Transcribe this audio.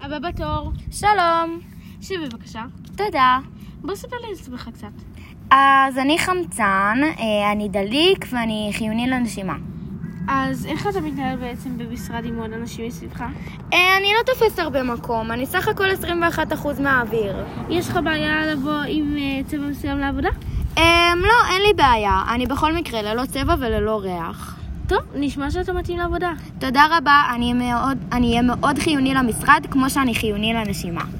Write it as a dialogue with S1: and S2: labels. S1: הבא בתור.
S2: שלום,
S1: שבי בבקשה.
S2: תודה.
S1: בוא ספר לי על עצמך קצת.
S2: אז אני חמצן, אה, אני דליק ואני חיוני לנשימה.
S1: אז איך אתה מתנהל בעצם במשרד עם עוד אנשים מסביבך?
S2: אה, אני לא תופס הרבה מקום, אני סך הכל 21% מהאוויר.
S1: יש לך בעיה לבוא עם אה, צבע מסוים לעבודה?
S2: אה, לא, אין לי בעיה. אני בכל מקרה ללא צבע וללא ריח.
S1: טוב, נשמע שאתה מתאים לעבודה.
S2: תודה רבה, אני מאוד- אני אהיה מאוד חיוני למשרד, כמו שאני חיוני לנשימה.